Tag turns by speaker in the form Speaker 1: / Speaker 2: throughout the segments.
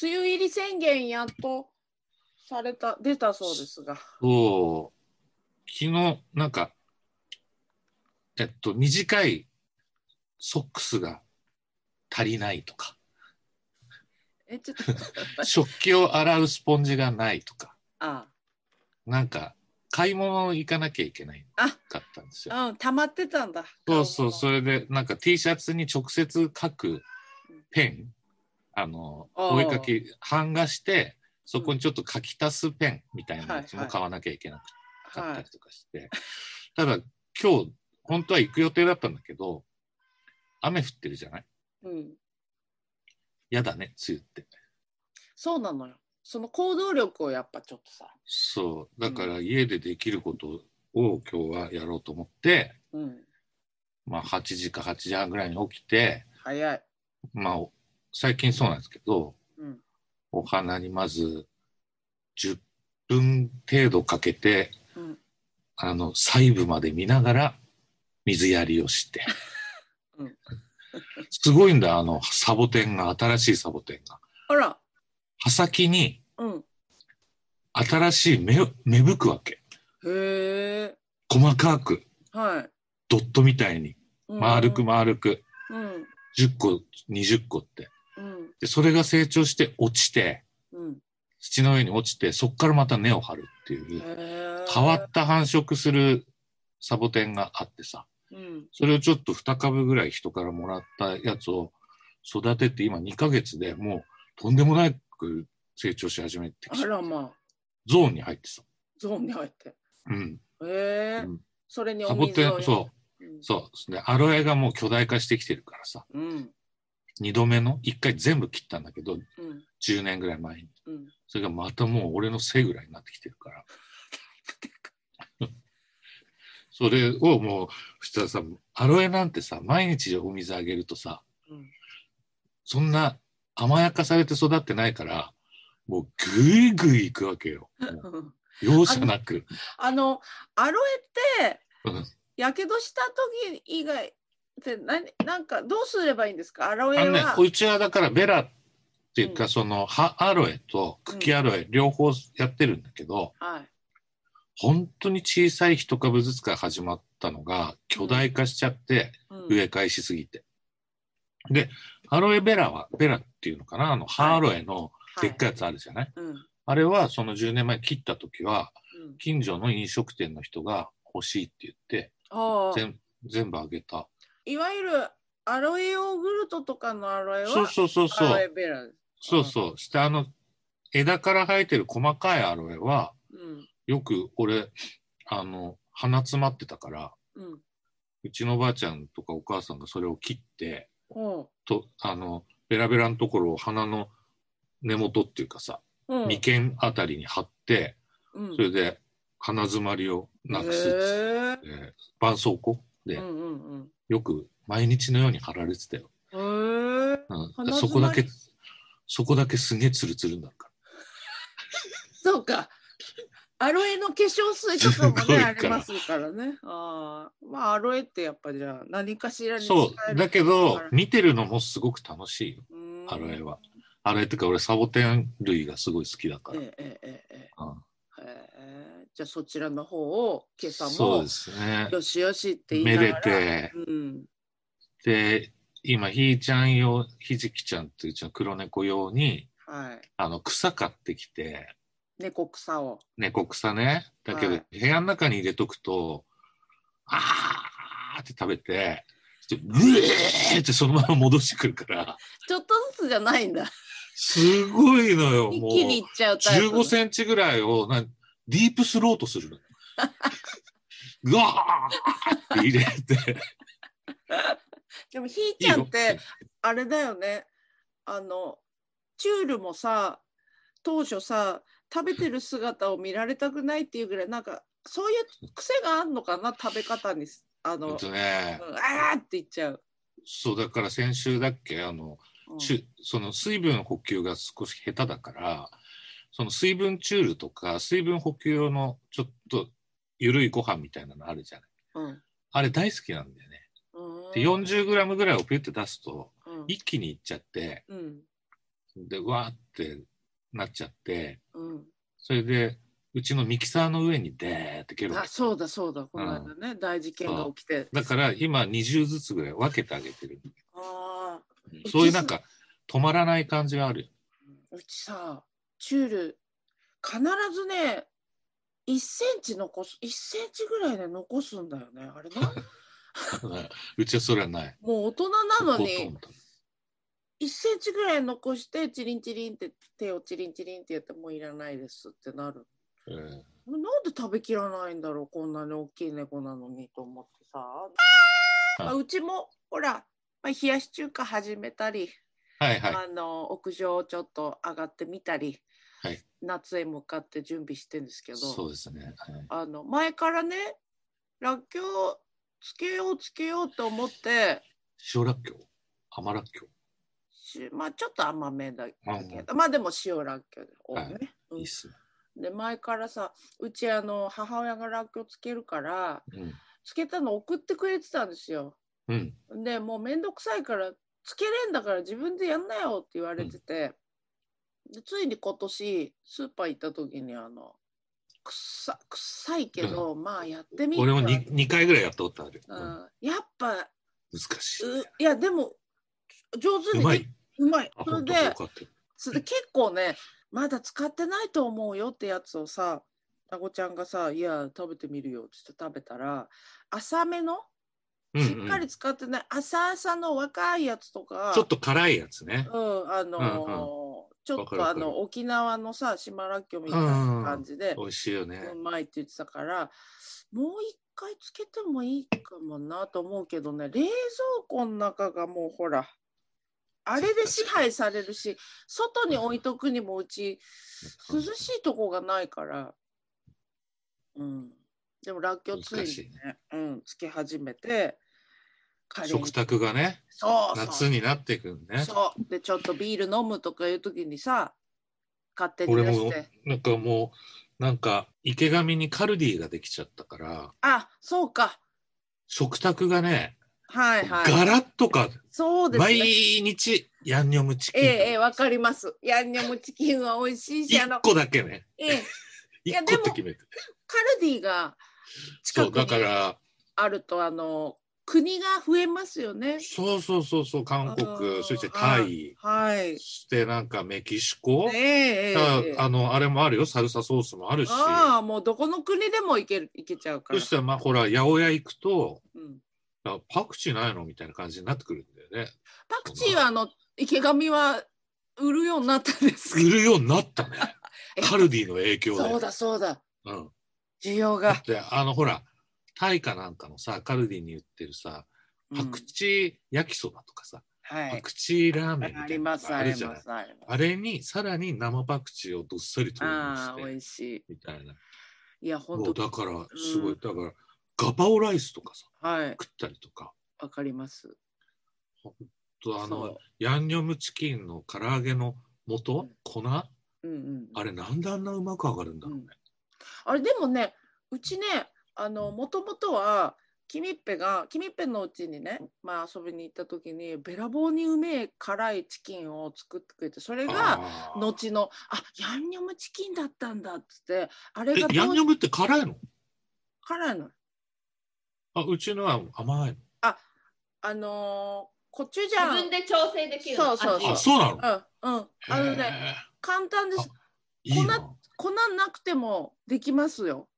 Speaker 1: 梅雨入り宣言やっとされた、出たそうですが。
Speaker 2: そう、昨日、なんか、えっと、短いソックスが足りないとか、
Speaker 1: え、ちょっと、
Speaker 2: 食器を洗うスポンジがないとか、
Speaker 1: あ
Speaker 2: なんか、買い物行かなきゃいけない
Speaker 1: あ
Speaker 2: かったんですよ。
Speaker 1: あ、うん、溜まってたんだ。
Speaker 2: そうそう、そ
Speaker 1: れ。
Speaker 2: れで、なんか T シャツに直接書くペン、あの、
Speaker 1: あー
Speaker 2: お絵かき、版画して、そこにちょっと書き足すペンみたいなやつも買わなきゃいけなくかっ
Speaker 1: は
Speaker 2: た
Speaker 1: い
Speaker 2: り。とかして、ただ今日、本当は行く予定だったんだけど、雨降ってるじゃない
Speaker 1: うん。
Speaker 2: やだね、梅雨って。
Speaker 1: そうなのよ。その行動力をやっぱちょっとさ。
Speaker 2: そう、だから家でできることを今日はやろうと思って、
Speaker 1: うん。
Speaker 2: まあ8時か8時半ぐらいに起きて、
Speaker 1: 早い。
Speaker 2: まあお最近そうなんですけど、
Speaker 1: うん。
Speaker 2: お花にまず10分程度かけて
Speaker 1: うん。
Speaker 2: あの細部まで見ながら水やりをして、
Speaker 1: うん
Speaker 2: すごいんだあのサボテンが新しいサボテンが
Speaker 1: あら。
Speaker 2: 刃先に
Speaker 1: うん。
Speaker 2: 新しい芽芽吹くわけ
Speaker 1: へえ。
Speaker 2: 細かく
Speaker 1: はい。
Speaker 2: ドットみたいに
Speaker 1: うん
Speaker 2: 丸く。丸く
Speaker 1: うん。
Speaker 2: 10個20個って
Speaker 1: うん。
Speaker 2: でそれが成長して落ちて
Speaker 1: うん。
Speaker 2: 土の上に落ちてそこからまた根を張るっていう
Speaker 1: へえ。
Speaker 2: 変わった繁殖するサボテンがあってさ
Speaker 1: うん。
Speaker 2: それをちょっと2株ぐらい人からもらったやつを育てて今2ヶ月でもうとんでもなく成長し始めてき
Speaker 1: あ
Speaker 2: て
Speaker 1: らまあ。
Speaker 2: ゾーンに入ってさ、
Speaker 1: ゾーンに入って。
Speaker 2: うん、
Speaker 1: へえ
Speaker 2: うん。
Speaker 1: それに
Speaker 2: サ
Speaker 1: お
Speaker 2: ボ
Speaker 1: 水
Speaker 2: テ
Speaker 1: を。。
Speaker 2: ンそう
Speaker 1: うん
Speaker 2: う。そうでアロエがもう巨大化してきてるからさ
Speaker 1: うん。
Speaker 2: 2度目の1回全部切ったんだけど
Speaker 1: うん。
Speaker 2: 10年ぐらい前に
Speaker 1: うん。
Speaker 2: それがまたもう俺の背ぐらいになってきてる からそれをもうしたらさアロエなんてさ毎日お水あげるとさ
Speaker 1: うん
Speaker 2: そんな甘やかされて育ってないから、もうぐいぐい行くわけよ。もう
Speaker 1: うん
Speaker 2: 容赦なく。
Speaker 1: あの、アロエって
Speaker 2: うん、
Speaker 1: やけどした時以外って何、なんかどうすればいいんですかアロ
Speaker 2: あ
Speaker 1: エ
Speaker 2: のね
Speaker 1: は。、
Speaker 2: うちはだからベラっていうか、
Speaker 1: うん
Speaker 2: その葉アロエと茎アロエ両方やってるんだけど、
Speaker 1: はい。
Speaker 2: 本当に小さい一株ずつから始まったのが巨大化しちゃって、
Speaker 1: うん
Speaker 2: 植え替えしすぎて。で、アロエベラは、ベラっていうのかな、あの、葉アロエのでっかいやつあるじゃない、
Speaker 1: はいうん。
Speaker 2: あれはその10年前切った時は、
Speaker 1: うん
Speaker 2: 近所の飲食店の人が欲しいって言って、
Speaker 1: ああ。
Speaker 2: 全全部あげた。
Speaker 1: いわゆるアロエヨーグルトとかのアロエは
Speaker 2: そうそうそう
Speaker 1: ア
Speaker 2: そ
Speaker 1: ロエ
Speaker 2: う。
Speaker 1: ベラ。
Speaker 2: そうそう。下の枝から生えてる細かいアロエは、
Speaker 1: うん。
Speaker 2: よく俺、あの、鼻詰まってたから、
Speaker 1: うん。
Speaker 2: うちのばあちゃんとかお母さんがそれを切って、
Speaker 1: ほ
Speaker 2: と、あの、ベラベラのところを鼻の根元っていうかさ、
Speaker 1: う。うん。
Speaker 2: 眉間あたりに貼って、
Speaker 1: うん
Speaker 2: それで鼻詰まりをなくすっつ
Speaker 1: へ
Speaker 2: って、絆創膏
Speaker 1: え
Speaker 2: で
Speaker 1: うんうん
Speaker 2: よく毎日のように貼られてたよ。
Speaker 1: うん。へえ。
Speaker 2: うん、
Speaker 1: 鼻
Speaker 2: そこだけ
Speaker 1: 詰、
Speaker 2: そこだけすげえツルツルになるか
Speaker 1: そうか。アロエの化粧水とかも
Speaker 2: すごい
Speaker 1: ね、
Speaker 2: から
Speaker 1: ありますからね。ああ。まあ、アロエってやっぱじゃあ、何かしら
Speaker 2: ら。
Speaker 1: に
Speaker 2: そう、だけど、見てるのもすごく楽しいよ、ア
Speaker 1: ア
Speaker 2: ロエ
Speaker 1: は。
Speaker 2: は。アロエってか、俺サボテン類がすごい好きだから。
Speaker 1: ええええええ
Speaker 2: うん
Speaker 1: へえじゃあ、そちらの方を今朝
Speaker 2: そう
Speaker 1: も
Speaker 2: で、すね。
Speaker 1: よしよしって言い
Speaker 2: め
Speaker 1: な
Speaker 2: で
Speaker 1: がら。
Speaker 2: て、
Speaker 1: うん。
Speaker 2: で、今、ひーちゃん用、ひじきちゃんっていううちの黒猫用に、
Speaker 1: はい。
Speaker 2: あの、草買ってきて、
Speaker 1: 猫草を。
Speaker 2: 猫草ね。だけど、
Speaker 1: はい
Speaker 2: 部屋の中に入れとくと、あーって食べて、ちょっとうえーってそのまま戻してくるから。
Speaker 1: ちょっとずつじゃないんだ。
Speaker 2: すごいのよ、
Speaker 1: 一
Speaker 2: もう。
Speaker 1: 気にいっちゃうタイプ。
Speaker 2: 15センチぐらいをなんディープスロート するの。うわーって入れて。
Speaker 1: でも、ひーちゃんって、あれだよね。あの、チュールもさ、当初さ、食べてる姿を見られたくないっていうぐらい、なんか、そういう癖があんのかな、食べ方に。あ
Speaker 2: いい
Speaker 1: の、
Speaker 2: よ。えっとね
Speaker 1: う、んあーって言っちゃう。
Speaker 2: そうだから先週だっけあの、
Speaker 1: うん
Speaker 2: チュその水分補給が少し下手だから、その水分チュールとか水分補給用のちょっと緩いご飯みたいなのあるじゃない。
Speaker 1: うん
Speaker 2: あれ大好きなんだよね。
Speaker 1: うん
Speaker 2: で 40g ぐらいをピュって出すと
Speaker 1: うん
Speaker 2: 一気にいっちゃって、
Speaker 1: うん
Speaker 2: で、わーってなっちゃって、
Speaker 1: うん。
Speaker 2: それで、うちのミキサーの上にでーってゲロ。
Speaker 1: あ、そうだそうだ。この間ね、大事件が起きて。
Speaker 2: だから今20ずつぐらい分けてあげてる。
Speaker 1: ああ。
Speaker 2: そういうなんか止まらない感じがあるよ。
Speaker 1: うちさ、チュール、必ずね、1センチ残す、1センチぐらいで残すんだよね。あれな。
Speaker 2: うちはそれはない。
Speaker 1: もう大人なの
Speaker 2: ほと
Speaker 1: に
Speaker 2: ん、ど
Speaker 1: 1センチぐらい残して、チリンチリンって、手をチリンチリンってやって、もういらないですってなる。
Speaker 2: えー
Speaker 1: なんで食べきらないんだろう、こんなに大きい猫なのにと思ってさ。あうちも、ほら、まあ、冷やし中華始めたり。
Speaker 2: はいはい。
Speaker 1: あの屋上をちょっと上がってみたり、
Speaker 2: はい
Speaker 1: 夏へ向かって準備してんですけど
Speaker 2: そうですね。はい
Speaker 1: あの前からねらっきょうつけようつけようと思って、
Speaker 2: 塩らっきょう甘らっきょ
Speaker 1: しまあ、ちょっと甘めだけ
Speaker 2: うん
Speaker 1: どまあでも塩らっきょうをね、
Speaker 2: は
Speaker 1: う
Speaker 2: うんいいっすね。
Speaker 1: で前からさうちあの母親がらっきょうつけるから
Speaker 2: うん。
Speaker 1: つけたの送ってくれてたんですよ。
Speaker 2: うん。
Speaker 1: でもうめんどくさいからつけれんだから自分でやんなよって言われてて、でついに今年スーパー行った時にあのくっさ臭いけど、まあやってみっか
Speaker 2: 俺も 2, 2回ぐらいやったことある。
Speaker 1: う
Speaker 2: うん
Speaker 1: ん、やっぱう
Speaker 2: 難しい。
Speaker 1: いやでも上手
Speaker 2: う
Speaker 1: に
Speaker 2: まい。
Speaker 1: うまい
Speaker 2: あ、
Speaker 1: それ
Speaker 2: 本当
Speaker 1: で
Speaker 2: よかった。
Speaker 1: それで結構ねまだ使ってないと思うよってやつをさあごちゃんがさ「いや食べてみるよ」って言って食べたら浅めの
Speaker 2: うん
Speaker 1: しっか
Speaker 2: うん
Speaker 1: り使ってない浅々の若いやつとか、
Speaker 2: ちょっと辛いやつね。
Speaker 1: うん、あのー
Speaker 2: うんうん
Speaker 1: ちょっ
Speaker 2: わかるわ
Speaker 1: とあ
Speaker 2: かる
Speaker 1: の沖縄のさ島らっきょうみたいな感じで
Speaker 2: 美味しいよね。
Speaker 1: うまいって言ってたからもう一回つけてもいいかもなと思うけどね冷蔵庫の中がもうほらあれで支配されるし外に置いとくにもうち涼しいとこがないからうんでもらっきょうつい
Speaker 2: 難
Speaker 1: に
Speaker 2: しい
Speaker 1: ねうん、つけ始めてカレーに
Speaker 2: 食卓がね、
Speaker 1: そうそう
Speaker 2: 夏になっていくんね。
Speaker 1: そう。で、ちょっとビール飲むとかいう時にさ、勝手に
Speaker 2: 俺
Speaker 1: 出し
Speaker 2: も
Speaker 1: て。
Speaker 2: なんかもうなんか池上にカルディができちゃったから
Speaker 1: あ、そうか。
Speaker 2: 食卓がね、
Speaker 1: はいは
Speaker 2: ガ
Speaker 1: い。
Speaker 2: ラッとか、
Speaker 1: そうです
Speaker 2: 毎
Speaker 1: ね。
Speaker 2: 日ヤンニョムチキン
Speaker 1: ええ、ええ、わかります。ヤンニョムチキンは美味しいし、あ
Speaker 2: 1
Speaker 1: の、
Speaker 2: 個だけね
Speaker 1: ええ、い
Speaker 2: 1
Speaker 1: や
Speaker 2: 個っ
Speaker 1: で
Speaker 2: て
Speaker 1: も
Speaker 2: 決めて
Speaker 1: カルディが
Speaker 2: そ
Speaker 1: 近
Speaker 2: う
Speaker 1: くに
Speaker 2: だから
Speaker 1: あると、あの、国が増えますよね。
Speaker 2: そうそうそうそう韓
Speaker 1: あ
Speaker 2: 国
Speaker 1: ー
Speaker 2: そして
Speaker 1: は
Speaker 2: タ
Speaker 1: い
Speaker 2: イ
Speaker 1: はい。
Speaker 2: そしてなんかメキシコ、
Speaker 1: ねえええ
Speaker 2: あ
Speaker 1: ええ。
Speaker 2: あのあれもあるよサルサソースもあるし
Speaker 1: ああ、もうどこの国でも行ける行けちゃうか
Speaker 2: そ
Speaker 1: ら。
Speaker 2: したらまあほら八百屋行くと
Speaker 1: うん
Speaker 2: あパクチーないのみたいな感じになってくるんだよね
Speaker 1: パクチーは、あの、池上は売るようになったんです
Speaker 2: 売るようになったね
Speaker 1: え
Speaker 2: カルディの影響で
Speaker 1: そうだそうだ。
Speaker 2: うん、
Speaker 1: 需要
Speaker 2: だ
Speaker 1: が
Speaker 2: っ。てあのほらタイかなんかのさカルディに売ってるさパクチー焼きそばとかさ、
Speaker 1: うんは
Speaker 2: パ
Speaker 1: い。
Speaker 2: クチーラーメンみた
Speaker 1: あ
Speaker 2: い
Speaker 1: り
Speaker 2: な
Speaker 1: ま
Speaker 2: の
Speaker 1: す
Speaker 2: が
Speaker 1: あ
Speaker 2: ある
Speaker 1: り
Speaker 2: じゃ
Speaker 1: ま
Speaker 2: ない
Speaker 1: すあります。
Speaker 2: あれにさらに生パクチーをどっさり投入
Speaker 1: あ
Speaker 2: し
Speaker 1: あ美
Speaker 2: て
Speaker 1: 味しい。
Speaker 2: みたいない
Speaker 1: や
Speaker 2: も
Speaker 1: 本
Speaker 2: う
Speaker 1: 当
Speaker 2: だからすご
Speaker 1: う
Speaker 2: い
Speaker 1: ん
Speaker 2: だからガパオライスとかさ
Speaker 1: はい
Speaker 2: 食ったりとか
Speaker 1: わかります。
Speaker 2: とあ
Speaker 1: そ
Speaker 2: のヤンニョムチキンの唐揚げの
Speaker 1: う
Speaker 2: 素
Speaker 1: ん
Speaker 2: 粉あ
Speaker 1: ううんうん。
Speaker 2: れなんであんなうまく上がるんだろうね、
Speaker 1: あれでもねうちねあのもともとはキミッペがキミッペのうちにね、まあ、遊びに行った時にべらぼうにうめえ辛いチキンを作ってくれてそれが
Speaker 2: あー
Speaker 1: 後の「あヤンニョムチキンだったんだ」っつってあれが
Speaker 2: えヤンニョムって辛いの
Speaker 1: 辛いの
Speaker 2: あうちのは甘い
Speaker 1: あのーコチュジャ
Speaker 3: 自
Speaker 1: ン
Speaker 3: 分で調整できるの
Speaker 1: そうそう
Speaker 2: の
Speaker 3: 味
Speaker 2: あ
Speaker 3: を
Speaker 2: そうなの
Speaker 1: うんうんあのね
Speaker 2: へー
Speaker 1: 簡単です
Speaker 2: いいな
Speaker 1: 粉なくてもできますよ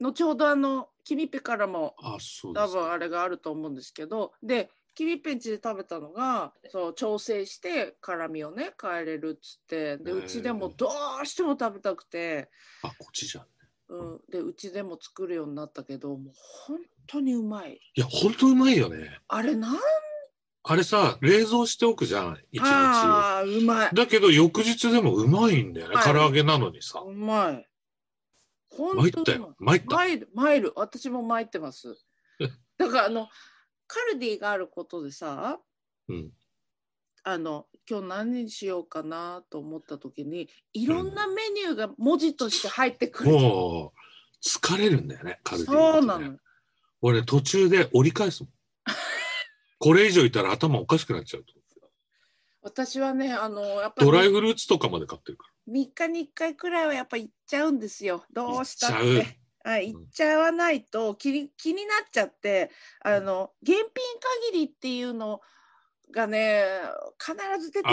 Speaker 1: 後ほどあのきみっぺからも
Speaker 2: あ、そうで
Speaker 1: 多
Speaker 2: すか
Speaker 1: 分あれがあると思うんですけどできみっぺんちで食べたのがそう調整して辛みをね変えれるっつってで
Speaker 2: へー
Speaker 1: うちでもどうしても食べたくて、
Speaker 2: あ、こっちじゃん。
Speaker 1: うん、でうちでも作るようになったけどもう本当にうまい
Speaker 2: いや、ほんとうまいよね。
Speaker 1: あれなん
Speaker 2: あれさ、冷蔵しておくじゃん、一日。
Speaker 1: あーうまい
Speaker 2: だけど、翌日でもうまいんだよね。
Speaker 1: はい
Speaker 2: 唐揚げなのにさ。
Speaker 1: うまい本
Speaker 2: 参っ
Speaker 1: 当
Speaker 2: た
Speaker 1: にうまい
Speaker 2: よ。参った。
Speaker 1: 参る参る私も参って ますだからあのカルディがあることでさ
Speaker 2: うん。
Speaker 1: あの今日何にしようかなと思った時にいろんなメニューが文字として入ってくる、
Speaker 2: もう、疲れるんだよね、カルディの
Speaker 1: そ
Speaker 2: こと
Speaker 1: う
Speaker 2: ね
Speaker 1: なの
Speaker 2: 俺ね、途 中で折り返すもん。これ以上いたら頭おかしくなっちゃうと思って。
Speaker 1: 私はね、あの、やっぱり
Speaker 2: ドライフルーツとかまで買ってるか
Speaker 1: 3日に1回くらいはやっぱ行っちゃうんですよ。
Speaker 2: ら。
Speaker 1: ど
Speaker 2: 行
Speaker 1: う
Speaker 2: っ
Speaker 1: した
Speaker 2: ち
Speaker 1: っ
Speaker 2: ゃ
Speaker 1: て。
Speaker 2: う。
Speaker 1: はい、行っちゃわないと気に気になっちゃってあの現品限りっていうのがね必ず出てくるか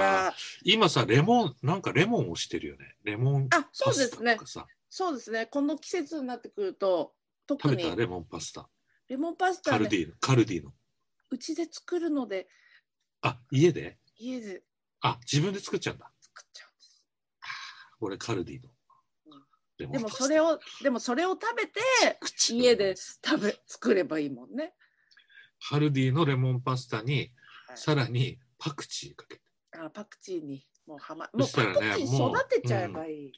Speaker 1: ら
Speaker 2: あ今さ、レモン、なんかレモンをしてるよね。レモン
Speaker 1: あそ
Speaker 2: パ
Speaker 1: うで
Speaker 2: ス
Speaker 1: す
Speaker 2: タ
Speaker 1: ね
Speaker 2: とかさ。
Speaker 1: そうですねこの季節になってくると特
Speaker 2: 食べ
Speaker 1: に
Speaker 2: たレモンパスタ。
Speaker 1: レモンパスタ
Speaker 2: カ
Speaker 1: はね
Speaker 2: ルディの。カルディの。
Speaker 1: うちで作るので
Speaker 2: あ、家で
Speaker 1: 家で
Speaker 2: あ、自分で作っちゃうんだ。
Speaker 1: 作っちゃうんです
Speaker 2: 俺、カルディの
Speaker 1: うん。
Speaker 2: レモ
Speaker 1: で
Speaker 2: ン
Speaker 1: も
Speaker 2: パスタ
Speaker 1: それをでもそれを食べて
Speaker 2: 口
Speaker 1: 家で食べ作ればいいもんね
Speaker 2: カルディのレモンパスタに、
Speaker 1: はい
Speaker 2: さらにパクチーかけて。
Speaker 1: あパクチーにもうはまもう
Speaker 2: そし
Speaker 1: パ
Speaker 2: たら
Speaker 1: ク
Speaker 2: ね
Speaker 1: チ
Speaker 2: もう
Speaker 1: ー育てちゃえばいい、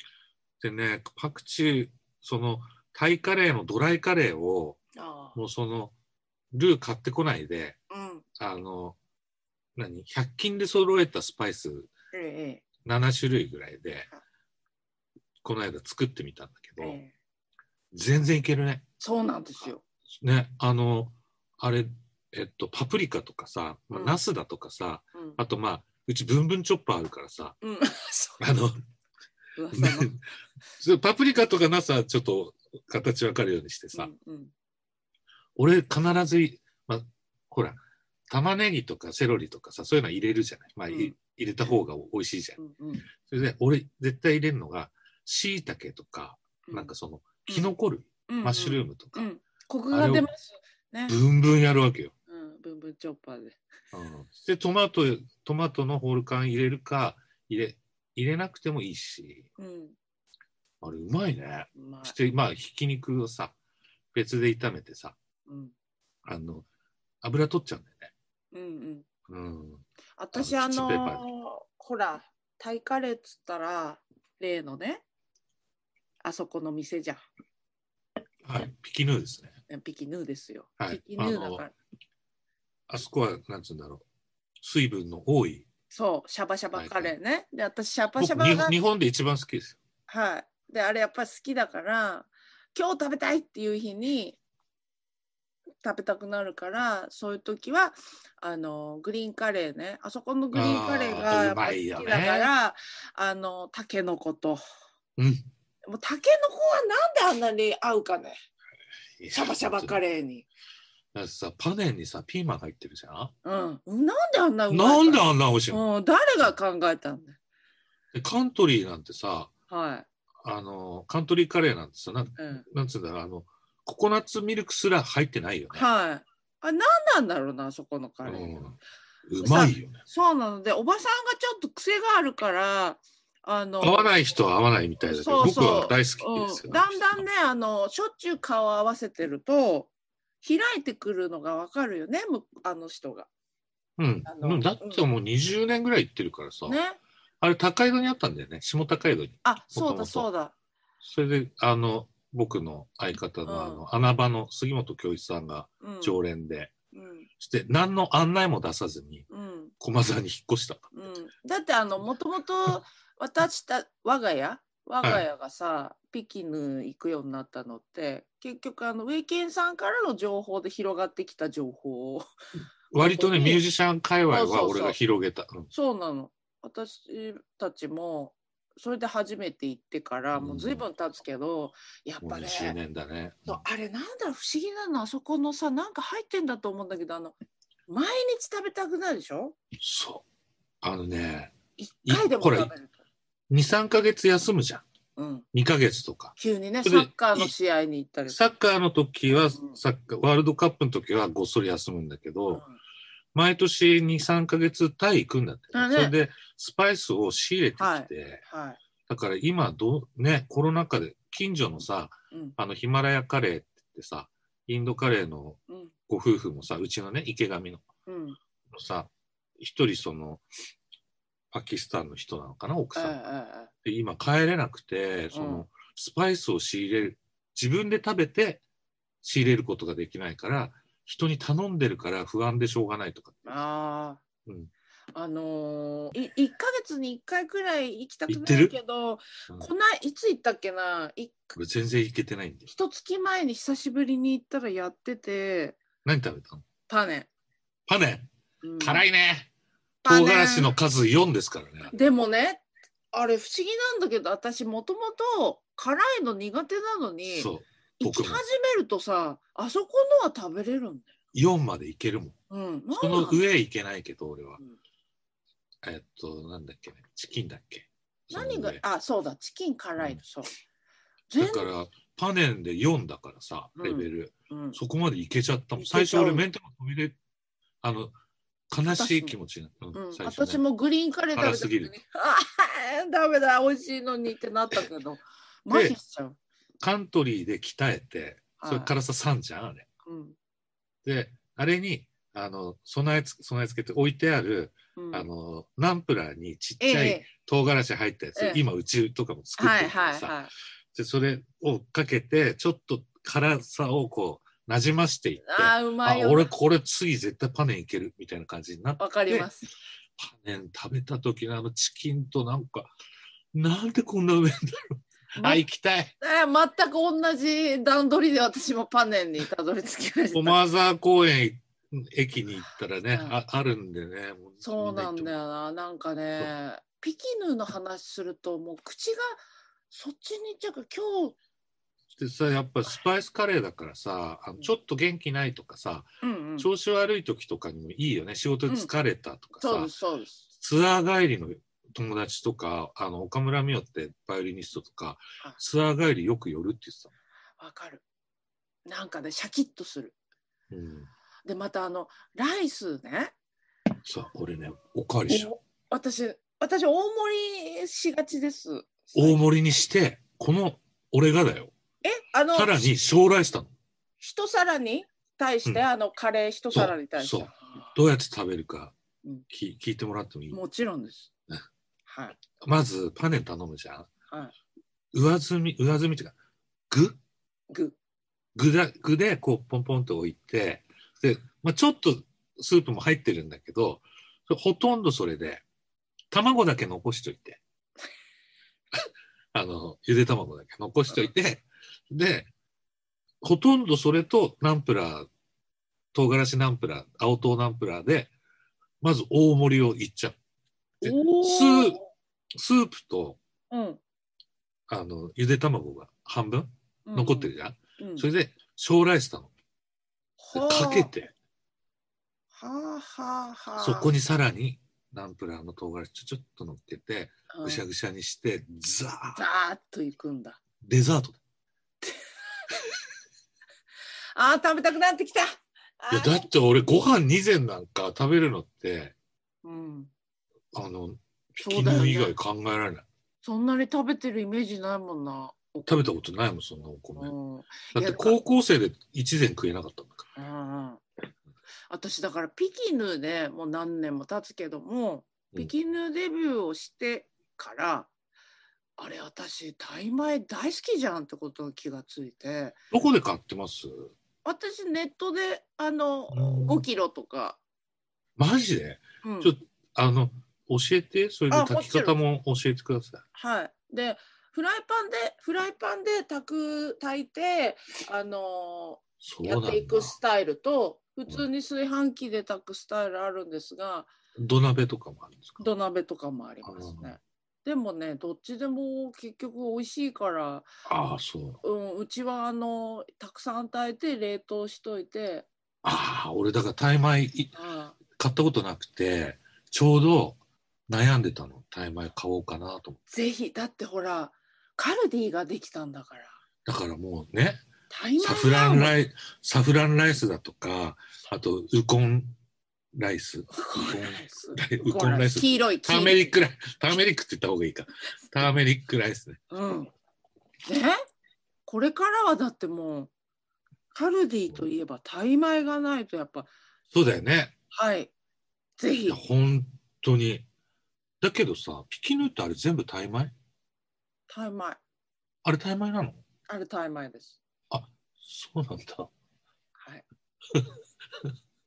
Speaker 2: でね、パクチー、その、タイカレーのドライカレーを、
Speaker 1: あ
Speaker 2: もうその、ルー買ってこないで、
Speaker 1: あうん
Speaker 2: あの、何 ?100 均で揃えたスパイス
Speaker 1: ええ
Speaker 2: 7種類ぐらいで
Speaker 1: はい、
Speaker 2: この間作ってみたんだけ
Speaker 1: え
Speaker 2: ど、
Speaker 1: え
Speaker 2: 全然いけるね。
Speaker 1: そうなんですよ。
Speaker 2: ね、あの、あれ、えっと、パプリカとかさ、まあ
Speaker 1: うん
Speaker 2: ナスだとかさ、
Speaker 1: うん
Speaker 2: あとまあ、うちブンブンチョッパーあるからさ、
Speaker 1: うん、 そう
Speaker 2: あの、
Speaker 1: 噂の
Speaker 2: そうパプリカとかナスはちょっと形わかるようにしてさ、
Speaker 1: うんうん
Speaker 2: 俺必ずい、まあ、ほら、玉ねぎとかセロリとかさ、そういうのは入れるじゃない。まあ、い
Speaker 1: うん
Speaker 2: 入れた方が美味しいじゃん。
Speaker 1: うんうん
Speaker 2: それで、俺絶対入れるのが、椎茸とか、
Speaker 1: うん
Speaker 2: なんかその、キノコ類、マッシュルームとか、
Speaker 1: うんうんコクが出ますね。
Speaker 2: ブンブンやるわけよ。
Speaker 1: うん、ブンブンチョッパーで。
Speaker 2: うん、で、トマト、トマトのホール缶入れるか、入れ、入れなくてもいいし、
Speaker 1: うん、
Speaker 2: あれうまいね。
Speaker 1: まあ
Speaker 2: し、て、まあ、ひき肉をさ、別で炒めてさ、
Speaker 1: うん、
Speaker 2: あの、油取っちゃうんだよね。
Speaker 1: うん、うん。
Speaker 2: うん。
Speaker 1: 私
Speaker 2: あ
Speaker 1: あ
Speaker 2: のキッチン
Speaker 1: の
Speaker 2: ペーパーで
Speaker 1: ほらタイカレーっつったら例のねあそこの店じゃ
Speaker 2: はい。ピキヌーですね。
Speaker 1: んピキヌーですよ、
Speaker 2: はい
Speaker 1: ピキヌーだから
Speaker 2: あそこは、なんつうんだろう。水分の多い。
Speaker 1: そうシャバシャバカレーね、で私シャバ
Speaker 2: 僕
Speaker 1: シャバ
Speaker 2: 日
Speaker 1: が
Speaker 2: 本日本で一番好きですよ。
Speaker 1: はい。で、あれやっぱり好きだから、今日食べたいっていう日に食べたくなるから、そういう時は、あの、グリーンカレーね。あそこのグリーンカレー
Speaker 2: あ
Speaker 1: が
Speaker 2: ー
Speaker 1: やっぱり好きだか
Speaker 2: うまい
Speaker 1: ら、あの、タケノコと。
Speaker 2: うん。
Speaker 1: もうタケノコはなんであんなに合うかね。シャバシャバカ
Speaker 2: レ
Speaker 1: レーに。
Speaker 2: ー。だってさ、パネにさ、ピーマン入ってるじゃ。
Speaker 1: うん。なんであんなうんまいか
Speaker 2: なんであんな美味しいの、
Speaker 1: うん、誰が考えたんだよ。
Speaker 2: でカントリーなんてさ、
Speaker 1: は
Speaker 2: あの、カントリーカレーなんてさ、なん
Speaker 1: い。うん、
Speaker 2: なんつうんだろう、あの、ココナッツミルクすら入ってないよね。
Speaker 1: はい。あ、なんなんだろうな、あそこのカレー。
Speaker 2: うん、うまいよね。
Speaker 1: そうなのでおばさんがちょっと癖があるからあの
Speaker 2: 合わない人は合わないみたいだけど、
Speaker 1: そうそう
Speaker 2: 僕は大好きです
Speaker 1: う
Speaker 2: よ、
Speaker 1: ん、だんだんねあのしょっちゅう顔合わせてると開いてくるのがわかるよねむあの人が。
Speaker 2: うん
Speaker 1: あ。の
Speaker 2: うん。だってもう20年ぐらい行ってるからさ、
Speaker 1: ね
Speaker 2: あれ、高井戸にあったんだよね、下高井戸に。
Speaker 1: あそ
Speaker 2: もと
Speaker 1: うだそうだ。
Speaker 2: それで、あの、僕の相方のあの、穴場の杉本恭一さんが
Speaker 1: うん
Speaker 2: 常連で、
Speaker 1: うん
Speaker 2: して、何の案内も出さずに、
Speaker 1: うん
Speaker 2: 駒沢に引っ越した。
Speaker 1: うん、だってあのもともと私た我が家我が家がさ、ピキヌ行くようになったのって結局あのウェイケンさんからの情報で広がってきた情報を
Speaker 2: 割とね、
Speaker 1: 本当
Speaker 2: ミ
Speaker 1: に
Speaker 2: ュージシャン界隈
Speaker 1: そうそ
Speaker 2: は
Speaker 1: うそう
Speaker 2: 俺が広げた。うん
Speaker 1: そうなの。私たちもそれで初めて行ってから
Speaker 2: うん
Speaker 1: もう随分経つけど、やっ
Speaker 2: もう
Speaker 1: ぱね
Speaker 2: 20年だね。
Speaker 1: そうあれなんだろう不思議なのあそこのさなんか入ってんだと思うんだけどあの毎日食べたくなるでしょ
Speaker 2: そう。あのね、
Speaker 1: 一回でも
Speaker 2: ほ
Speaker 1: 食
Speaker 2: ら
Speaker 1: べる
Speaker 2: 2、3ヶ月休むじゃ
Speaker 1: と、うん、
Speaker 2: ん。2ヶ月とか。
Speaker 1: 急にね
Speaker 2: そ
Speaker 1: サ
Speaker 2: れで
Speaker 1: ッカーの試合に行ったり
Speaker 2: サッカーの時は、
Speaker 1: うん
Speaker 2: サッカー、ワールドカップの時はごっそり休むんだけど、
Speaker 1: うん
Speaker 2: 毎年2、3ヶ月タイ行くんだって、
Speaker 1: だね
Speaker 2: それで、スパイスを仕入れてきて、
Speaker 1: はいはい
Speaker 2: だから今どう、ね、コロナ禍で近所のさ、
Speaker 1: うん
Speaker 2: あのヒマラヤカレーって言ってさ、インドカレーの
Speaker 1: うん
Speaker 2: ご夫婦もさ、うちのね、池上の
Speaker 1: うん
Speaker 2: さ、一人その、パキスタンの人なのかな、奥
Speaker 1: ええ
Speaker 2: さん。
Speaker 1: え
Speaker 2: で今帰れなくて、その、
Speaker 1: うん
Speaker 2: スパイスを仕入れる、自分で食べて仕入れることができないから、人に頼んでるから不安でしょうがないとか。
Speaker 1: えああ
Speaker 2: うん
Speaker 1: あのー、い1か月に1回くらい行きたく
Speaker 2: 行っ
Speaker 1: な
Speaker 2: てる
Speaker 1: いけど、
Speaker 2: うん
Speaker 1: こないいつ行ったっけな一
Speaker 2: 俺全然いけてないんで。
Speaker 1: 一月前に久しぶりに行ったらやってて
Speaker 2: 何食べたの
Speaker 1: 種、
Speaker 2: パネ
Speaker 1: うん
Speaker 2: 辛いね。
Speaker 1: ぱ
Speaker 2: 唐
Speaker 1: ね
Speaker 2: 辛子の数4ですからね。
Speaker 1: でもねあれ不思議なんだけど私もともと辛いの苦手なのに
Speaker 2: そう。
Speaker 1: 行
Speaker 2: 僕
Speaker 1: き
Speaker 2: も
Speaker 1: 始めるとさあそこのは食べれるんだよ。
Speaker 2: 4までいけるもん。
Speaker 1: うん、
Speaker 2: その上いけないけど、俺は
Speaker 1: うん。
Speaker 2: えっと、なんだっけね。チキンだっけ。
Speaker 1: 何が
Speaker 2: その上
Speaker 1: あそうだチキン辛いの、
Speaker 2: うん
Speaker 1: そう全
Speaker 2: だから、パネンで4だからさ、レベル。
Speaker 1: うん、
Speaker 2: そこまでいけちゃったもん。
Speaker 1: いけちゃう
Speaker 2: 最初俺、メンタル飛び出、あの、悲しい気持ちになった。
Speaker 1: うん
Speaker 2: うん最初
Speaker 1: 私
Speaker 2: ね。
Speaker 1: もグリーンカレー食べた時に
Speaker 2: 辛すぎ
Speaker 1: 「あーダメだ美味しいのに」ってなったけど麻痺しちゃう。
Speaker 2: カントリーで鍛えて、それ
Speaker 1: はい
Speaker 2: 辛さ3じゃん、あれ。
Speaker 1: うん
Speaker 2: で、あれに、あの、備えつ、備え付けて置いてある、
Speaker 1: うん
Speaker 2: あの、ナンプラーにちっ
Speaker 1: え
Speaker 2: ちゃい
Speaker 1: え
Speaker 2: 唐辛子入ったやつ、
Speaker 1: ええ
Speaker 2: 今うちとかも作っ
Speaker 1: は
Speaker 2: て
Speaker 1: い
Speaker 2: るか
Speaker 1: は
Speaker 2: ら
Speaker 1: い
Speaker 2: さ、
Speaker 1: はい。
Speaker 2: でそれをかけてちょっと辛さをこうなじましていって
Speaker 1: あーうまいよな。
Speaker 2: 俺これ次絶対パネンいけるみたいな感じになって
Speaker 1: わかります。
Speaker 2: パネン食べた時のあのチキンとなんかなんでこ んなうめえんだ
Speaker 1: ま
Speaker 2: あ行きたい
Speaker 1: えー全く同じ段取りで私もパネンにたどり着きました。
Speaker 2: 駒沢公園駅に行ったらね、
Speaker 1: うん
Speaker 2: ああるんでねも
Speaker 1: そうなんだ
Speaker 2: よ
Speaker 1: よな。なんかね、ピキヌーの話するともう口がそっちに行っちゃうから今日、
Speaker 2: でさやっぱスパイスカレーだからさあのちょっと元気ないとかさ、
Speaker 1: うんうん、
Speaker 2: 調子悪い時とかにもいいよね仕事で疲れたとかさ、
Speaker 1: そうですそうです。
Speaker 2: ツアー帰りの友達とかあの岡村美代ってバイオリニストとか
Speaker 1: はい
Speaker 2: ツアー帰りよく寄るって
Speaker 1: わかる。なんかねシャキッとする。
Speaker 2: 言ってた、うん、
Speaker 1: でまたあのライスね。
Speaker 2: さあ俺ねおかわりしちゃう
Speaker 1: お私私大盛りしがちです。
Speaker 2: 大盛りにしてこの俺がだよ
Speaker 1: えあの
Speaker 2: さらに将来したの
Speaker 1: 一皿に対して、
Speaker 2: うん
Speaker 1: あのカレー一皿に対して。
Speaker 2: そうどうやって食べるか
Speaker 1: うん
Speaker 2: き聞いてもらってもいい
Speaker 1: もちろんです
Speaker 2: うん。
Speaker 1: はい。
Speaker 2: まずパネ頼むじゃん
Speaker 1: はい。
Speaker 2: 上積み上積みっていうか具
Speaker 1: グ
Speaker 2: 具だ具でこうポンポンと置いてで、まあ、ちょっとスープも入ってるんだけどそれほとんどそれで卵だけ残しといて あのゆで卵だけ残しといてでほとんどそれとナンプラー唐辛子ナンプラー青唐ナンプラーでまず大盛りをいっちゃうで
Speaker 1: おー
Speaker 2: スースープと
Speaker 1: うん。
Speaker 2: あのゆで卵が半分
Speaker 1: うん
Speaker 2: 残ってるじゃん、
Speaker 1: うん
Speaker 2: それで小ライス頼むで
Speaker 1: はあ
Speaker 2: かけて
Speaker 1: はあはあはあ。
Speaker 2: そこにさらにナンプラーの唐辛子ちょちょっと乗っけて
Speaker 1: うん
Speaker 2: ぐしゃぐしゃにしてザー
Speaker 1: ザーッといくんだ。
Speaker 2: デザート
Speaker 1: あー食べたくなってきた。
Speaker 2: いやだって俺ご飯2膳なんか食べるのって
Speaker 1: うん。
Speaker 2: あのピ
Speaker 1: そ
Speaker 2: キ
Speaker 1: うだよね
Speaker 2: ヌ以外考えられない、
Speaker 1: そんなに食べてるイメージないもんな。
Speaker 2: 食べたことないもんそんなお米
Speaker 1: うん。
Speaker 2: だって高校生で1膳食えなかったんだか
Speaker 1: うんうん私だからピキヌーでもう何年も経つけども、
Speaker 2: うん
Speaker 1: ピキヌーデビューをしてからあれ私タイ米大好きじゃんってことに気がついて
Speaker 2: らどこで買ってます
Speaker 1: 私ネットであの
Speaker 2: うん
Speaker 1: 5キロとか、
Speaker 2: マジで
Speaker 1: うん
Speaker 2: ちょっあの教えてそれで
Speaker 1: あ
Speaker 2: 炊き方も教えてください
Speaker 1: はいでフライパンでフライパンで炊く炊いてあの
Speaker 2: そう
Speaker 1: や
Speaker 2: なん
Speaker 1: っ
Speaker 2: だ
Speaker 1: ていくスタイルと普通に炊飯器で炊くスタイルあるんですが、
Speaker 2: 土鍋とかもあるんですか
Speaker 1: 土鍋とかもあります
Speaker 2: う
Speaker 1: ね。でもねどっちでも結局美味しいから、
Speaker 2: ああそう
Speaker 1: うん、うちはあのたくさん炊いて冷凍しといて、
Speaker 2: ああ俺だからタイ米い
Speaker 1: あ
Speaker 2: 買ったことなくてちょうど悩んでたのタイ米買おうかなと思って
Speaker 1: ぜひだってほらカルディができたんだから
Speaker 2: だからもうね
Speaker 1: 大
Speaker 2: サフラン
Speaker 1: イ
Speaker 2: ライサフランライスだとかあとウコンライス
Speaker 1: ス
Speaker 2: ウコンライス
Speaker 1: 黄色い黄
Speaker 2: タ
Speaker 1: 色い
Speaker 2: ーメリックライターメリックって言った方がいいかターメリックライスね
Speaker 1: うんねこれからはだってもうカルディといえば大米がないとやっぱ
Speaker 2: そうだよね
Speaker 1: はいぜひ
Speaker 2: いや本当にだけどさピキヌってあれ全部タイ米
Speaker 1: 大米
Speaker 2: あれタイ米なの
Speaker 1: あれ大米です
Speaker 2: そうなんだ
Speaker 1: はい。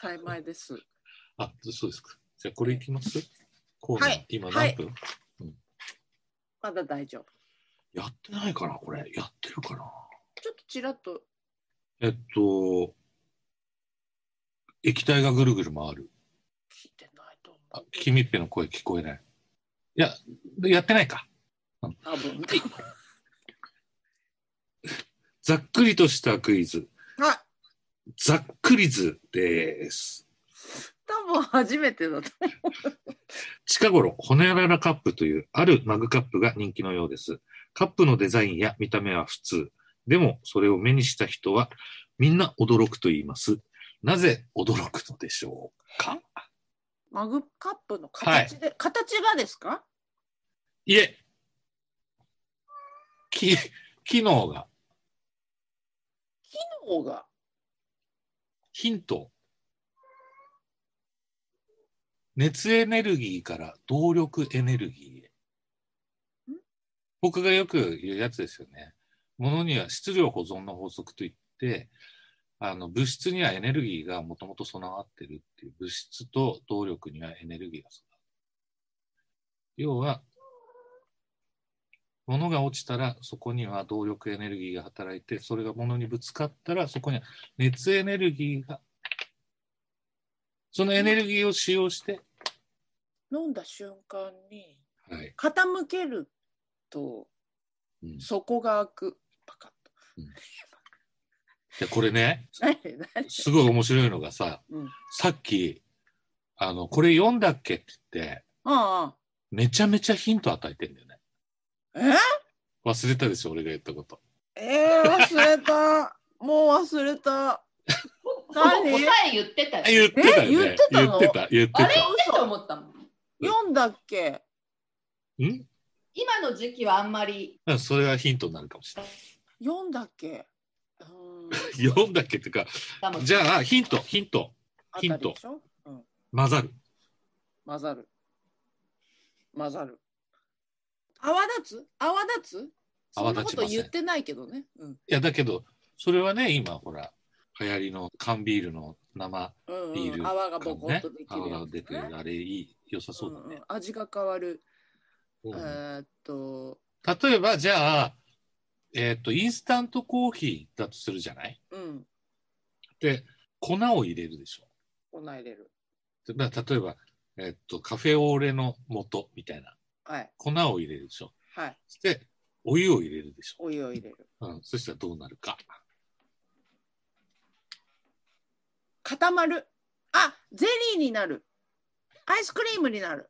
Speaker 1: 大米です。
Speaker 2: あそうですかじゃあこれいきますコーナー、
Speaker 1: はい
Speaker 2: 今何分、
Speaker 1: まだ大丈夫。
Speaker 2: やってないかなこれやってるかな
Speaker 1: ちょっとちらっと。
Speaker 2: えっと液体がぐるぐる回る
Speaker 1: 聞いてないと思う。
Speaker 2: あ君っぺの声聞こえない。いや、やってないか。
Speaker 1: 多分。
Speaker 2: ざっくりとしたクイズ。
Speaker 1: はい。
Speaker 2: ざっくり図です。
Speaker 1: 多分初めてだと。
Speaker 2: 近頃、ホニャララカップというあるマグカップが人気のようです。カップのデザインや見た目は普通。でも、それを目にした人は、みんな驚くと言います。なぜ驚くのでしょうか
Speaker 1: マグカップの形で、形がですか
Speaker 2: いえ、き、機能が、
Speaker 1: 機能が。
Speaker 2: ヒント。熱エネルギーから動力エネルギーへ
Speaker 1: ん。
Speaker 2: 僕がよく言うやつですよね。ものには質量保存の法則といって、あの物質にはエネルギーがもともと備わってるっていう、物質と動力にはエネルギーが備わってる。要は、物が落ちたらそこには動力エネルギーが働いて、それが物にぶつかったらそこには熱エネルギーが、そのエネルギーを使用して、
Speaker 1: 飲んだ瞬間に
Speaker 2: はい、
Speaker 1: 傾けると
Speaker 2: うん
Speaker 1: 底が開く。パカッと。
Speaker 2: いやこれね、
Speaker 1: 何何
Speaker 2: すごい面白いのがさ、
Speaker 1: うん
Speaker 2: さっき、あの、これ読んだっけって言って、
Speaker 1: あ
Speaker 2: めちゃめちゃヒント与えてんだよね。
Speaker 1: あ。え
Speaker 2: 忘れたでしょ、俺が言ったこと。
Speaker 1: えー、忘れた。もう忘れた。
Speaker 3: 答
Speaker 1: 何
Speaker 3: え言ってたよ。
Speaker 2: あ言ってたよね。
Speaker 1: 言ってたの
Speaker 2: 言ってた、言って
Speaker 3: あれ
Speaker 2: た。
Speaker 3: って思ったもん。
Speaker 1: 読んだっけ
Speaker 2: うん
Speaker 3: 今の時期はあんまり
Speaker 2: うんそれはヒントになるかもしれない。
Speaker 1: 読んだっけうーん。
Speaker 2: 読んだっけっていうか、
Speaker 3: だもん
Speaker 2: じゃあヒント、ヒント、
Speaker 1: あた
Speaker 2: ヒ
Speaker 1: り
Speaker 2: ント
Speaker 1: でしょ、うん、
Speaker 2: 混ざる。
Speaker 1: 混ざる。混ざる。泡立つ泡立つそ
Speaker 2: 泡
Speaker 1: んなこ
Speaker 2: 立ちま
Speaker 1: と
Speaker 2: せん
Speaker 1: 言ってないけどね。うん。
Speaker 2: いや、だけど、それはね、今、ほら、流行りの缶ビールの生
Speaker 1: うん
Speaker 2: ビー
Speaker 1: う
Speaker 2: ル
Speaker 1: ん、泡がボ
Speaker 2: 缶
Speaker 1: コッ
Speaker 2: ね
Speaker 1: とで、きる
Speaker 2: 泡
Speaker 1: や
Speaker 2: が
Speaker 1: つ
Speaker 2: 出て
Speaker 1: ね
Speaker 2: る、あれ、いい、良さそうだ
Speaker 1: うんう
Speaker 2: ね
Speaker 1: ん。味が変わる。え
Speaker 2: うん
Speaker 1: ーっと、
Speaker 2: 例えば、じゃあ、えっと、インスタントコーヒーだとするじゃない
Speaker 1: うん、
Speaker 2: で、粉を入れるでしょ。
Speaker 1: 粉入れる。
Speaker 2: でまあ例えば、えっと、カフェオーレの素みたいな、
Speaker 1: はい、
Speaker 2: 粉を入れるでしょ。
Speaker 1: はい、
Speaker 2: そして、お湯を入れるでしょ。
Speaker 1: お湯を入れる。
Speaker 2: うん、そしたらどうなるか。
Speaker 1: 固まる。あ、ゼリーになる。アイスクリームになる。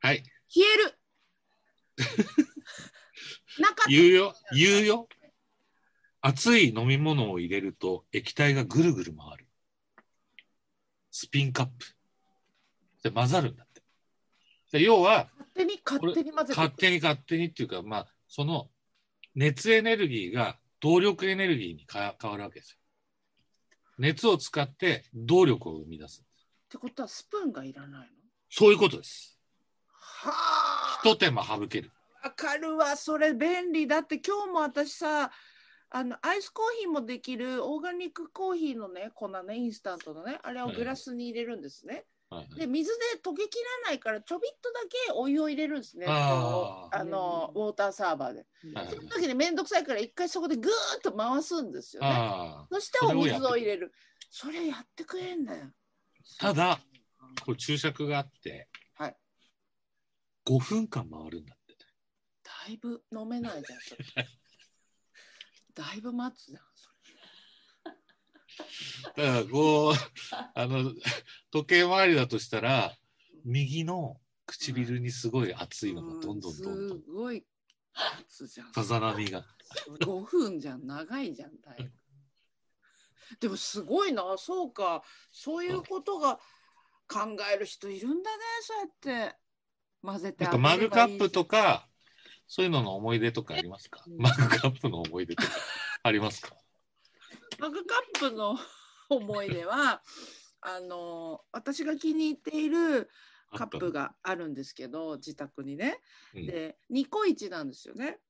Speaker 2: はい、
Speaker 1: 冷え る。なかっ
Speaker 2: 言うよ、言うよ。熱い飲み物を入れると液体がぐるぐる回る。スピンカップ。で、混ざるんだって。で要は、
Speaker 1: た。勝手に勝手に混ぜて
Speaker 2: 勝手に勝手にっていうか、まあ、その熱エネルギーが動力エネルギーにか変わるわけですよ。熱を使って動力を生み出す。
Speaker 1: ってことはスプーンがいらないの
Speaker 2: そういうことです。
Speaker 1: はあ
Speaker 2: 一手間省ける。
Speaker 1: わかるわそれ便利だって今日も私さあのアイスコーヒーもできるオーガニックコーヒーのね粉ねインスタントのねあれをグラスに入れるんですね、
Speaker 2: はいはい
Speaker 1: で水で溶けきらないからちょびっとだけお湯を入れるんですね
Speaker 2: あー
Speaker 1: あのウォーターサーバーで
Speaker 2: はいはい
Speaker 1: その時に面倒くさいから一回そこでぐーっと回すんですよね
Speaker 2: ああ。
Speaker 1: そしてお水を入れるそれやってくれんだよ
Speaker 2: ただ、これ注釈があって、
Speaker 1: はい
Speaker 2: 5分間回るんだって。
Speaker 1: だいぶ飲めないじゃんそれ だいぶ待つじゃんそれ
Speaker 2: だからこう、あの、時計回りだとしたら、右の唇にすごい熱いのがどんどんどんど
Speaker 1: うんすごいやつじゃん
Speaker 2: さざ波が。
Speaker 1: 5分じゃん長いじゃんだいぶでもすごいなそうかそういうことが考える人いるんだねそうやって混ぜて
Speaker 2: なんかマグカップとか、そういうのの思い出とかありますか
Speaker 1: うん
Speaker 2: マグカップの思い出とかありますか
Speaker 1: マグカップの思い出は あの私が気に入っているカップ
Speaker 2: が。
Speaker 1: があるんですけど自宅にね
Speaker 2: うん
Speaker 1: でニコイチなんですよね、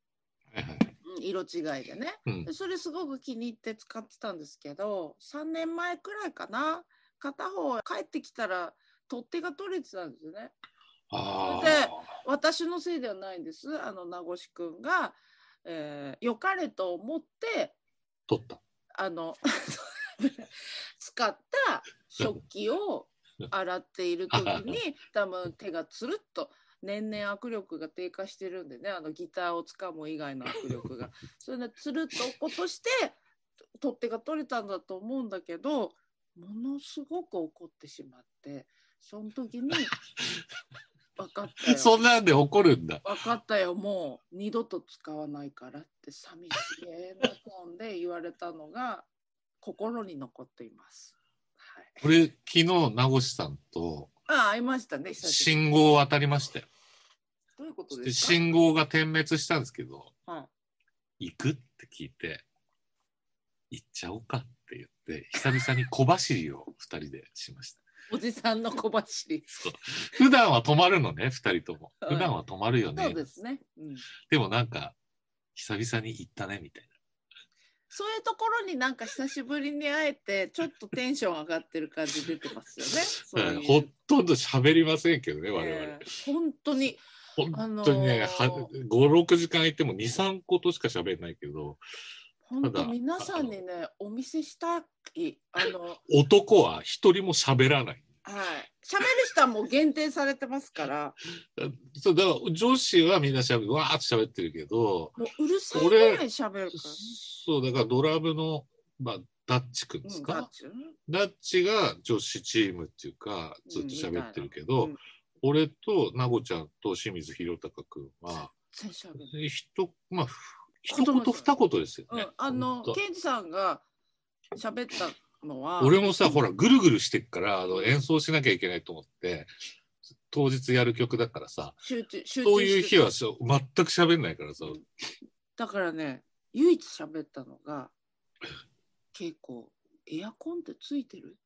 Speaker 2: はいはい
Speaker 1: うん、色違いでね
Speaker 2: うん
Speaker 1: でそれすごく気に入って使ってたんですけど3年前くらいかな片方帰ってきたら取っ手が取れてたんですよね
Speaker 2: あ
Speaker 1: 私のせいではないんですあの名越くんが、えー良かれと思って
Speaker 2: ー取った。
Speaker 1: あの使った食器を洗っている時に多分手がつるっと年々握力が低下してるんでねあのギターをつかむ以外の握力が それでつるっと落っことして取っ手が取れたんだと思うんだけどものすごく怒ってしまってその時に分かったよ
Speaker 2: そんなんで怒るんだ。
Speaker 1: 分かったよもう二度と使わないからって寂しげなトーンで言われたのが心に残っています。はい、
Speaker 2: 俺、昨日、名越さんと
Speaker 1: ああ会いましたね久しぶりに
Speaker 2: 信号を渡りましたよ。
Speaker 1: どういうこと
Speaker 2: で
Speaker 1: ですか、
Speaker 2: 信号が点滅したんですけど、
Speaker 1: はい
Speaker 2: 行くって聞いて、行っちゃおうかって言って、久々に小走りを二人でしました。
Speaker 1: おじさんの小走り。
Speaker 2: そう 普段は止まるのね、二人とも。
Speaker 1: はい
Speaker 2: 普段は止まるよね。
Speaker 1: そうですね、うん。
Speaker 2: でもなんか、久々に行ったね、みたいな。
Speaker 1: そういうところになんか久しぶりに会えて、ちょっとテンション上がってる感じ出てます よね。そう
Speaker 2: はいいうほとんど喋りませんけどね、我々。
Speaker 1: えー本当に、
Speaker 2: 本当にね、
Speaker 1: あの
Speaker 2: は5、6時間行っても2、3ことしか喋んないけど、
Speaker 1: 本
Speaker 2: た
Speaker 1: 当
Speaker 2: だ
Speaker 1: 皆さんにね、お見せしたい、あの、はい、
Speaker 2: 男は一人も喋らない。
Speaker 1: 喋る人はもう限定されてますから、
Speaker 2: そうだから女子はみんな喋る、わーっと喋ってるけど、
Speaker 1: もううるさいぐらい喋るから。
Speaker 2: そう、だからドラムの、まあ、ダッチくんです
Speaker 1: うんだ
Speaker 2: か
Speaker 1: っ、ちゅうね
Speaker 2: ダッチが女子チームっていうか、ずっと喋ってるけど、
Speaker 1: うんみ
Speaker 2: 俺と、なごちゃんと清水宏隆くんは、
Speaker 1: 全然喋る
Speaker 2: ひと、まあ、ふ一言二言ですよ
Speaker 1: う
Speaker 2: ね。
Speaker 1: ん、あの
Speaker 2: ほんと
Speaker 1: ケンジさんが喋ったのは
Speaker 2: 俺もさほらぐるぐるしてっからあの演奏しなきゃいけないと思って当日やる曲だからさ
Speaker 1: 集中集中
Speaker 2: そういう
Speaker 1: して
Speaker 2: 日はそう全く喋んないからさ
Speaker 1: だからね唯一喋ったのが「稽古エアコンってついてる?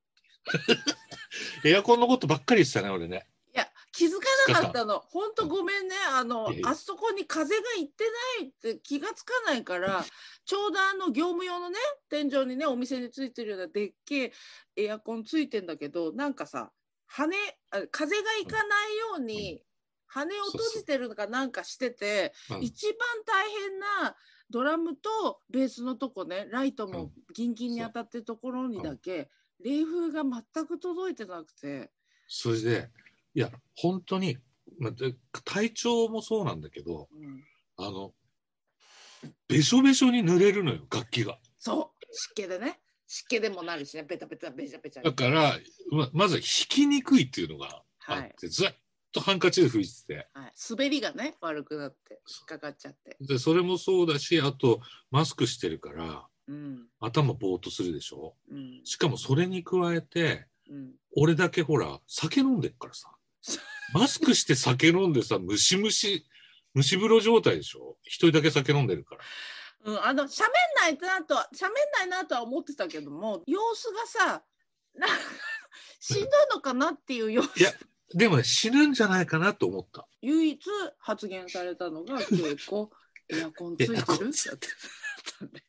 Speaker 2: エアコンのことばっかり言ってたね俺ね」
Speaker 1: いや気づかなかったのほんとごめんねあの
Speaker 2: いやいや
Speaker 1: あそこに風がいってないって気がつかないからちょうどあの業務用のね天井にねお店についてるようなでっけえエアコンついてんだけどなんかさ羽あ風がいかないように羽を閉じてるのかなんかしてて。
Speaker 2: うん
Speaker 1: 一番大変なドラムとベースのとこねライト
Speaker 2: う
Speaker 1: も
Speaker 2: ん
Speaker 1: ギンギンに当たってるところにだけ、冷風が全く届いてなくて
Speaker 2: それでいや本当にまあで体調もそうなんだけど
Speaker 1: うん
Speaker 2: あのべしょべしょに濡れるのよ楽器が
Speaker 1: そう湿気でね湿気でもなるしねベタベタベチャベチャ
Speaker 2: だからままず弾きにくいっていうのがあって、
Speaker 1: はい
Speaker 2: ずっとハンカチで拭いてて
Speaker 1: はい、滑りがね悪くなって引
Speaker 2: そ
Speaker 1: っかかっちゃって、
Speaker 2: でそれもそうだしあとマスクしてるから
Speaker 1: うん
Speaker 2: 頭ぼーっとするでしょ
Speaker 1: うん
Speaker 2: しかもそれに加えて
Speaker 1: うん、
Speaker 2: 俺だけほら酒飲んでっか らさマスクして酒飲んでさムシムシ蒸し風呂状態でしょ一人だけ酒飲んでるから
Speaker 1: うん、あの喋んないなとは喋んないなとは思ってたけども様子がさなんかしんどいのかなっていう様子
Speaker 2: いやでもね死ぬんじゃないかなと思った
Speaker 1: 唯一発言されたのが今日こうエアコンついてる
Speaker 2: エアコンつい
Speaker 1: だったんで